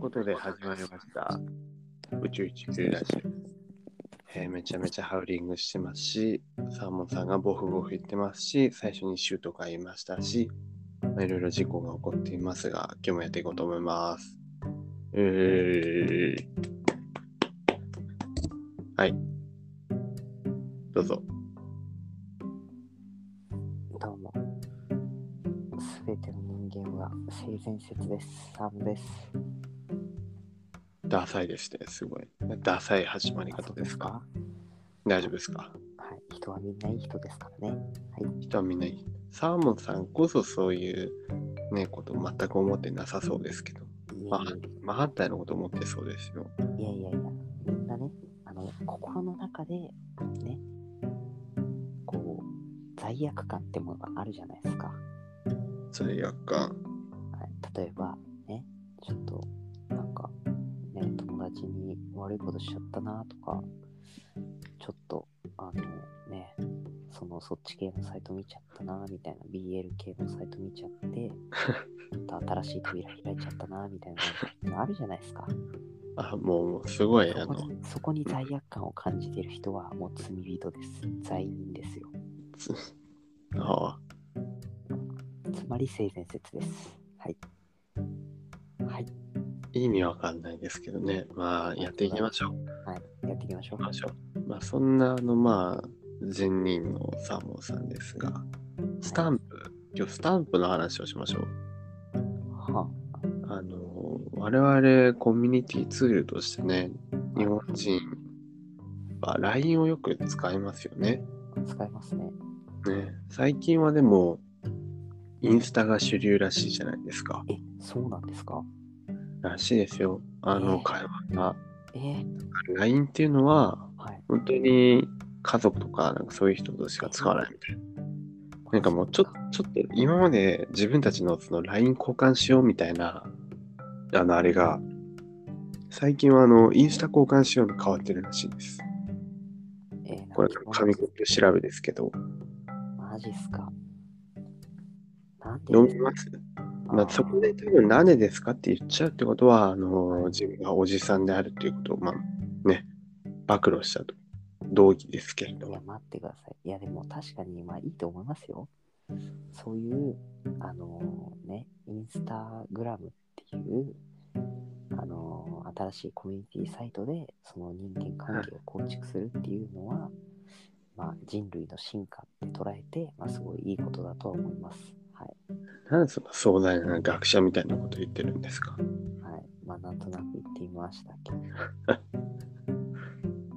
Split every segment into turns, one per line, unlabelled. ことで始まりました。宇宙一級ラジ
えーめちゃめちゃハウリングしてますし、サーモンさんがボフボフ言ってますし、最初にシュートが言いましたし、まあいろいろ事故が起こっていますが、今日もやっていこうと思います。えー、はい。どうぞ。
どうも。すべての人間は性善説です。サムです。
ダサいですね、すごい。ダサい始まり
あ
方
そう
ですか大丈夫ですか
はい。人はみんないい人ですからね。
人はみんないい。サーモンさんこそそういうね、こと全く思ってなさそうですけど、
い
ま
や
あ、真反対のこと思ってそうですよ。
いやいやいや、みんなね、あの、心の中で、ね、こう、罪悪感ってものがあるじゃないですか。は
罪悪感。
い、例えば、ね、ちょっと、なんか、ね、友達に悪いことしちゃったなとか、ちょっと、あの、ね、そのそっち系のサイト見ちゃったなみたいな BL 系のサイト見ちゃ って、また新しい扉開いちゃったなみたいなのあるじゃないですか。
あ、もう、もうすごい、あ
そこ
の、
にそこに罪悪感を感じている人はもう罪人です。罪人ですよ。
あ
つまり性善説です。はい。はい。
意味わかんないですけどね。まあ、やっていきましょう。
はい。やっていきましょう。
ましょうまあ、そんな、あの、まあ、前任のサーモンさんですが、スタンプ、今日スタンプの話をしましょう。
は
あの、我々コミュニティツールとしてね、日本人は LINE をよく使いますよね。
あ、使いますね。
ね最近はでも、インスタが主流らしいじゃないですか。
え、そうなんですから
しいですよ。あ
え
の、
ー
会話が。
えー
LINE っていうのは、
はい。
本当に家族とかなんかそういう人としか使わないみたいな。なんかもうちょちょっと今まで自分たちのその LINE 交換しようみたいなあのあれが最近はあのインスタ交換しように変わってるらしいです。
えー、
これ紙コ
マ
ップ調べですけど
マジっすか。なんで
読みます、まあ、そこで多分なんでですかって言っちゃうってことはあの自分がおじさんであるっていうことをまあね暴露したと同義ですけれど
いや、待ってください。いや、でも確かに、まあいいと思いますよ。そういう、あのね、インスタグラムっていう、あの新しいコミュニティサイトで、その人間関係を構築するっていうのは、まあ人類の進化って捉えて、まあすごいいいことだとは思います。はい。
なんでそんな壮大な学者みたいなこと言ってるんですか
はい。まあなんとなく言ってみました けど。ま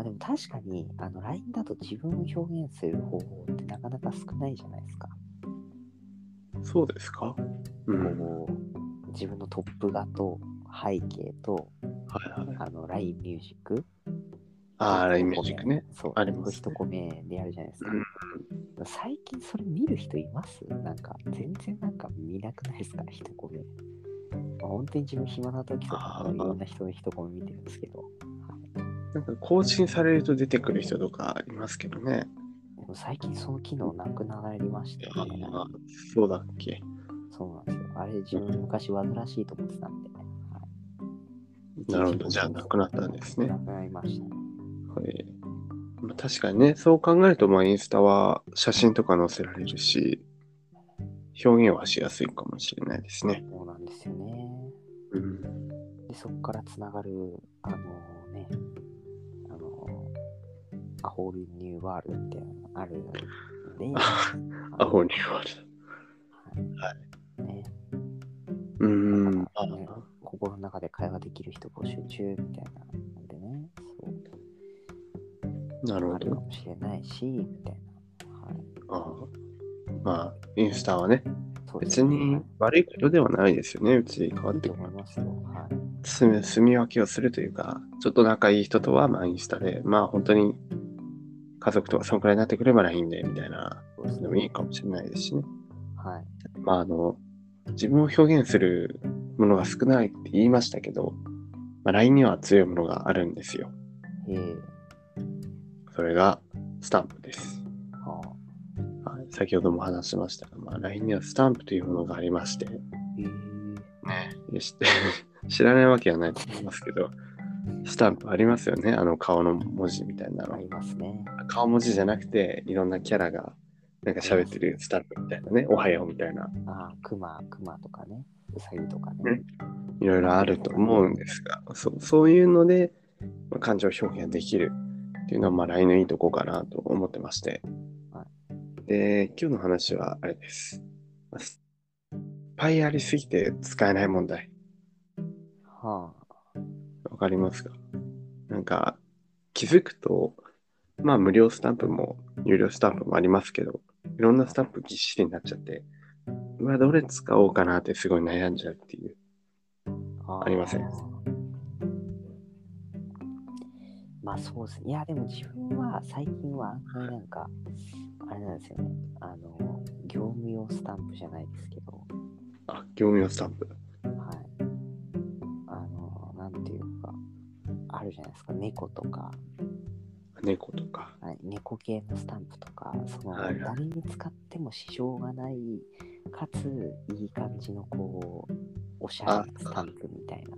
あでも確かに、あの LINE だと自分を表現する方法ってなかなか少ないじゃないですか。
そうですかうん。はい
こう自分のトップ画と背景と
はい。
あの LINE ミュージック
ああ、ラインミュージックね。。
そう、
ありますね
一コメでやるじゃないですか。
うん
最近それ見る人いますなんか全然なんか見なくないですか一コメ。まあ本当に自分暇な時と
あ
か
ー
いろんな人の一コメ見てるんですけど。
なんか更新されると出てくる人とかいますけどね。
でも最近その機能なくなりましたよね。
ああ、そうだっけ。
そうなんですよ。あれ自分昔煩わしいと思ってたんで。はい
なるほど。じゃあ、なくなったんですね
な。くなりましたね。
これまあ確かにね、そう考えると、まあ、インスタは写真とか載せられるし、表現はしやすいかもしれないですね。
そうなんですよね。
うん。
でそこからつながるあのねあのアホールニューワールドみたいなのがあるの で
アホ
ル
に言われた。
ね
うーん。あ
あの心の中で会話できる人募集中みたいなのでねそう
なる
あ
ほ
るか
ど。
もしれないしみたいなはい
ああまあ、インスタはね、
そうです
別
ね
に悪いことではないですよね。うちに変わっ
いい
て
と
くる
思いますよはい
住む住み分けをするというか、ちょっと仲いい人とはまあインスタで、まあ本当に家族とかそのくらいになってくれば LINE でみたいな
そうです
のもいいかもしれないですしね。
はい
まああの、自分を表現するものが少ないって言いましたけど、まあ、LINE には強いものがあるんですよ。
えー、
それがスタンプです。
あー
はい、先ほども話しましたが、まあ、LINE にはスタンプというものがありまして、
えー、
して知らないわけはないと思いますけど、スタンプありますよね、あの顔の文字みたいな
あ
の
り。ますね。
顔文字じゃなくて、いろんなキャラが、なんか喋ってるスタンプみたいなね、おはようみたいな、
ああ、クマ、クマとかね、ウサギとか
ね
ね。
いろいろあると思うんですが、そそういうので、まあ感情表現できるっていうのは、まあ、LINE のいいとこかなと思ってまして
は。
で、今日の話はあれです。まあいっぱいありすぎて使えない問題。
はあ、
わかりますかなんか気づくとまあ無料スタンプも有料スタンプもありますけどいろんなスタンプぎっしりになっちゃってうわどれ使おうかなってすごい悩んじゃうっていう
あー
ありません。
まあそうですね。いや、でも自分は最近はあんまりなんか、あれなんですよね。あの、業務用スタンプじゃないですけど、
あ業務用スタンプ
はい。あの、なんていうか、あるじゃないですか。猫とか、
猫とか
はい、猫系のスタンプとか、その、
はいはい
誰に使っても支障がない、かつ、いい感じの、こう、おしゃれなスタンプみたいな。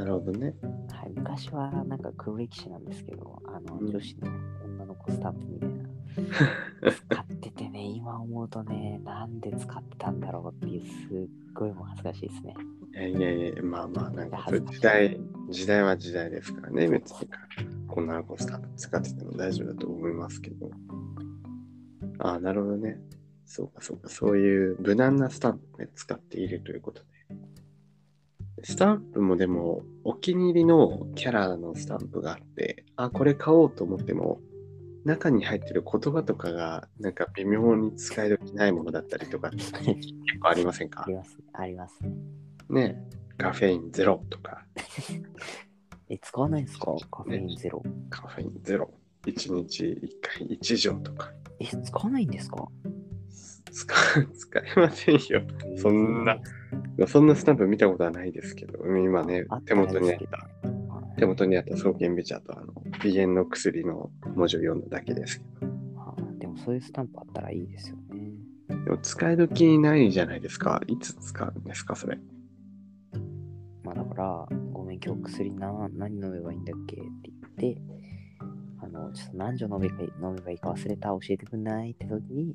なるほどね
はい、昔はなんか黒歴史なんですけど、あの、
うん
女子の女の子スタンプみたいな。使ってて ね、今思うとね、なんで使ってたんだろうっていう、すっごいもう恥ずかしいですね。
いやいやいやまあまあなんかそういう時代時代は時代ですからね別にこんな子スタンプ使ってても大丈夫だと思いますけどああなるほどねそうかそうかそういう無難なスタンプね使っているということでスタンプもでもお気に入りのキャラのスタンプがあってあこれ買おうと思っても中に入ってる言葉とかがなんか微妙に使い時ないものだったりとかって結構ありませんか
あります、あります。
ねカフェインゼロとか
え、使わないんですかカフェインゼロ。
カフェインゼロ1日1回1錠とか
え、使わないんですか
使 使えませんよそんなそんなスタンプ見たことはないですけど今ね
あっ
手
たら
元にあっ
です
た
けどねはい
手元にあった草原ビジャーとあの鼻炎の薬の文字を読んだだけですけ
はいでもそういうスタンプあったらいいですよね。
どでも使い時ないじゃないですかいつ使うんですかそれ
まあだから、ごめん、今日薬な何飲めばいいんだっけって言って、あの、ちょっと何錠飲めばいい飲めばいいか忘れた、教えてくんないって時に、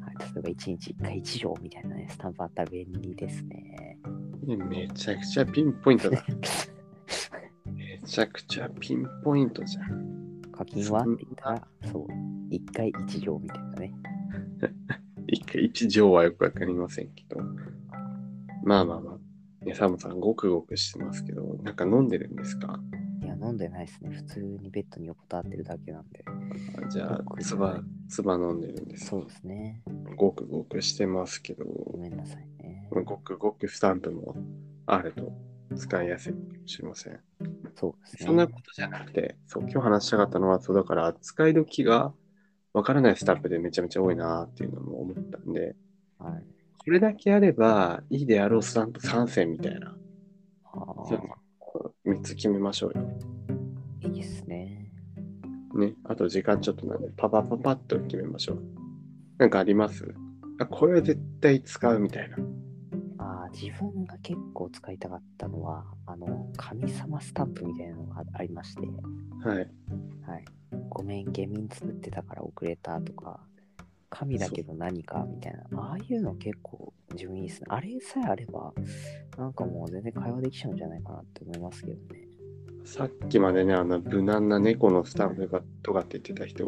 はい、例えば1日1回1錠みたいなね、スタンプあったら便利ですね。
ねめちゃくちゃピンポイントだめちゃくちゃピンポイントじゃん
課金はっ
そんな
て言ったら、そう、1回1錠みたいなね。
一回一錠はよくわかりませんけど。まあまあまあ。ね、サボさん、ごくごくしてますけど、なんか飲んでるんですか
いや、飲んでないですね。普通にベッドに横たわってるだけなんで。
あじゃあ、つば、つば飲んでるんです。
そうですね。
ごくごくしてますけど、
ごめんなさいね。
ごくごくスタンプもあると使いやすいかもしれません。
そうですね。
そんなことじゃなくて、そう、今日話したかったのは、そうだから、使い時がわからないスタンプでめちゃめちゃ多いなっていうのも思ったんで、
はい。
これだけあればいいであろうスタンプ3選みたいな、
は
そう3つ決めましょうよ。
あ、いいですね。
ね、あと時間ちょっとなんで、パパパパッと決めましょう。なんかありますあ、これは絶対使うみたいな。
あー自分が結構使いたかったのは、あの、神様スタンプみたいなのがあありまして、
はい。
はい。ごめん、下民作ってたから遅れたとか、神だけど何かみたいな、ああいうの結構自分いいですね。あれさえあれば、なんかもう全然会話できちゃうんじゃないかなって思いますけどね。
さっきまでね、あの、無難な猫のスタンプがとかって言ってた人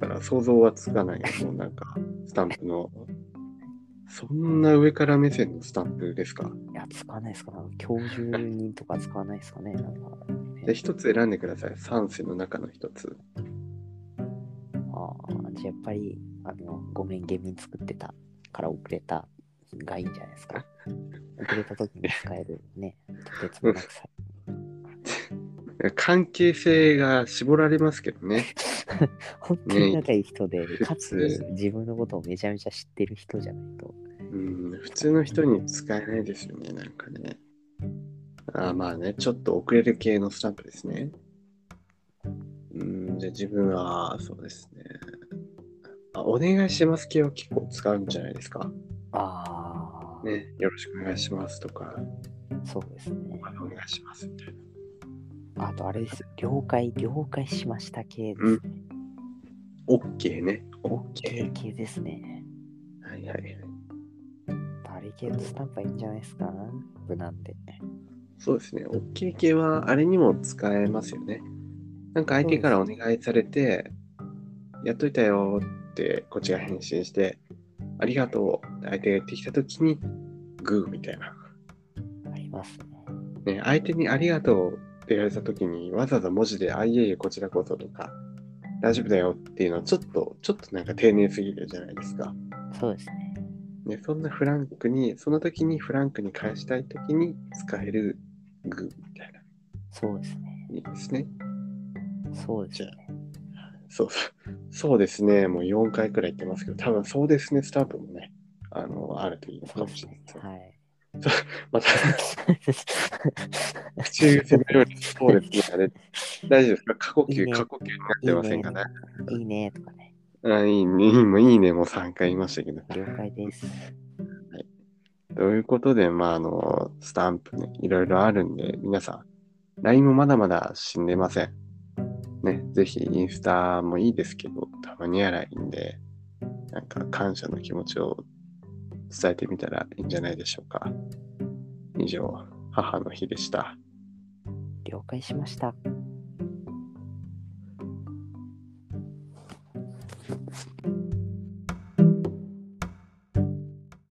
から想像はつかないよ。もうなんか、スタンプの。そんな上から目線のスタンプですか
いや、使わないですかなんか教授人とか使わないですかねなんか、
で、一つ選んでください。3世の中の一つ。
ああ、じゃあやっぱり、あの、ごめん、ゲミ作ってたから遅れたがいいんじゃないで すか。遅れた時に使えるね、とてつもな くさ。
関係性が絞られますけどね。
本当に仲いい人で、
ね
かつ
普通
自分のことをめちゃめちゃ知ってる人じゃないと。
うん、普通の人に使えないですよね、なんかね。あーまあね、ちょっと遅れる系のスタンプですね。うん、じゃあ自分は、そうですね。あお願いします系は結構使うんじゃないですか。
あ
ね、よろしくお願いしますとか、
そうですね。
あのお願いしますみたいな。
あとあれですよ。了解、了解しました系ですね。
OK ね。
系
OK。
系ですね。
はいはいはい。
バリケードスタンパいいんじゃないですか無難で。
そうですね。OK 系はあれにも使えますよね。なんか相手からお願いされて、やっといたよってこっちが返信して、ありがとうって相手が言ってきたときに、グーみたいな。
ありますね。
ね、相手にありがとうって言われたときに、わざわざ文字で、あ、いえいえ、こちらこそとか、大丈夫だよっていうのは、ちょっと、ちょっとなんか丁寧すぎるじゃないですか。
そうですね。
ね、そんなフランクに、その時にフランクに返したい時に使えるグーみたいな。
そうですね。
いいですね。
そうですね。
そうそう。そうですね。もう4回くらい言ってますけど、多分そうですね、スタンプもね、あの、あるといいのか
そ
も
うです
しれない
ね
で。すね。
はい。
また、口癖のように、そうですね、あれ、大丈夫ですか過呼
いい
吸、
ね
過呼吸になってませんかね。
いいねとかね。
あいいね、いいね、いいね、もう3回言いましたけど。
了解です。
ということで、まあ、あの、スタンプね、いろいろあるんで、皆さん、LINE もまだまだ死んでません。ね、ぜひ、インスタもいいですけど、たまにやらいいんで、なんか感謝の気持ちを伝えてみたらいいんじゃないでしょうか。以上、母の日でした。
了解しました。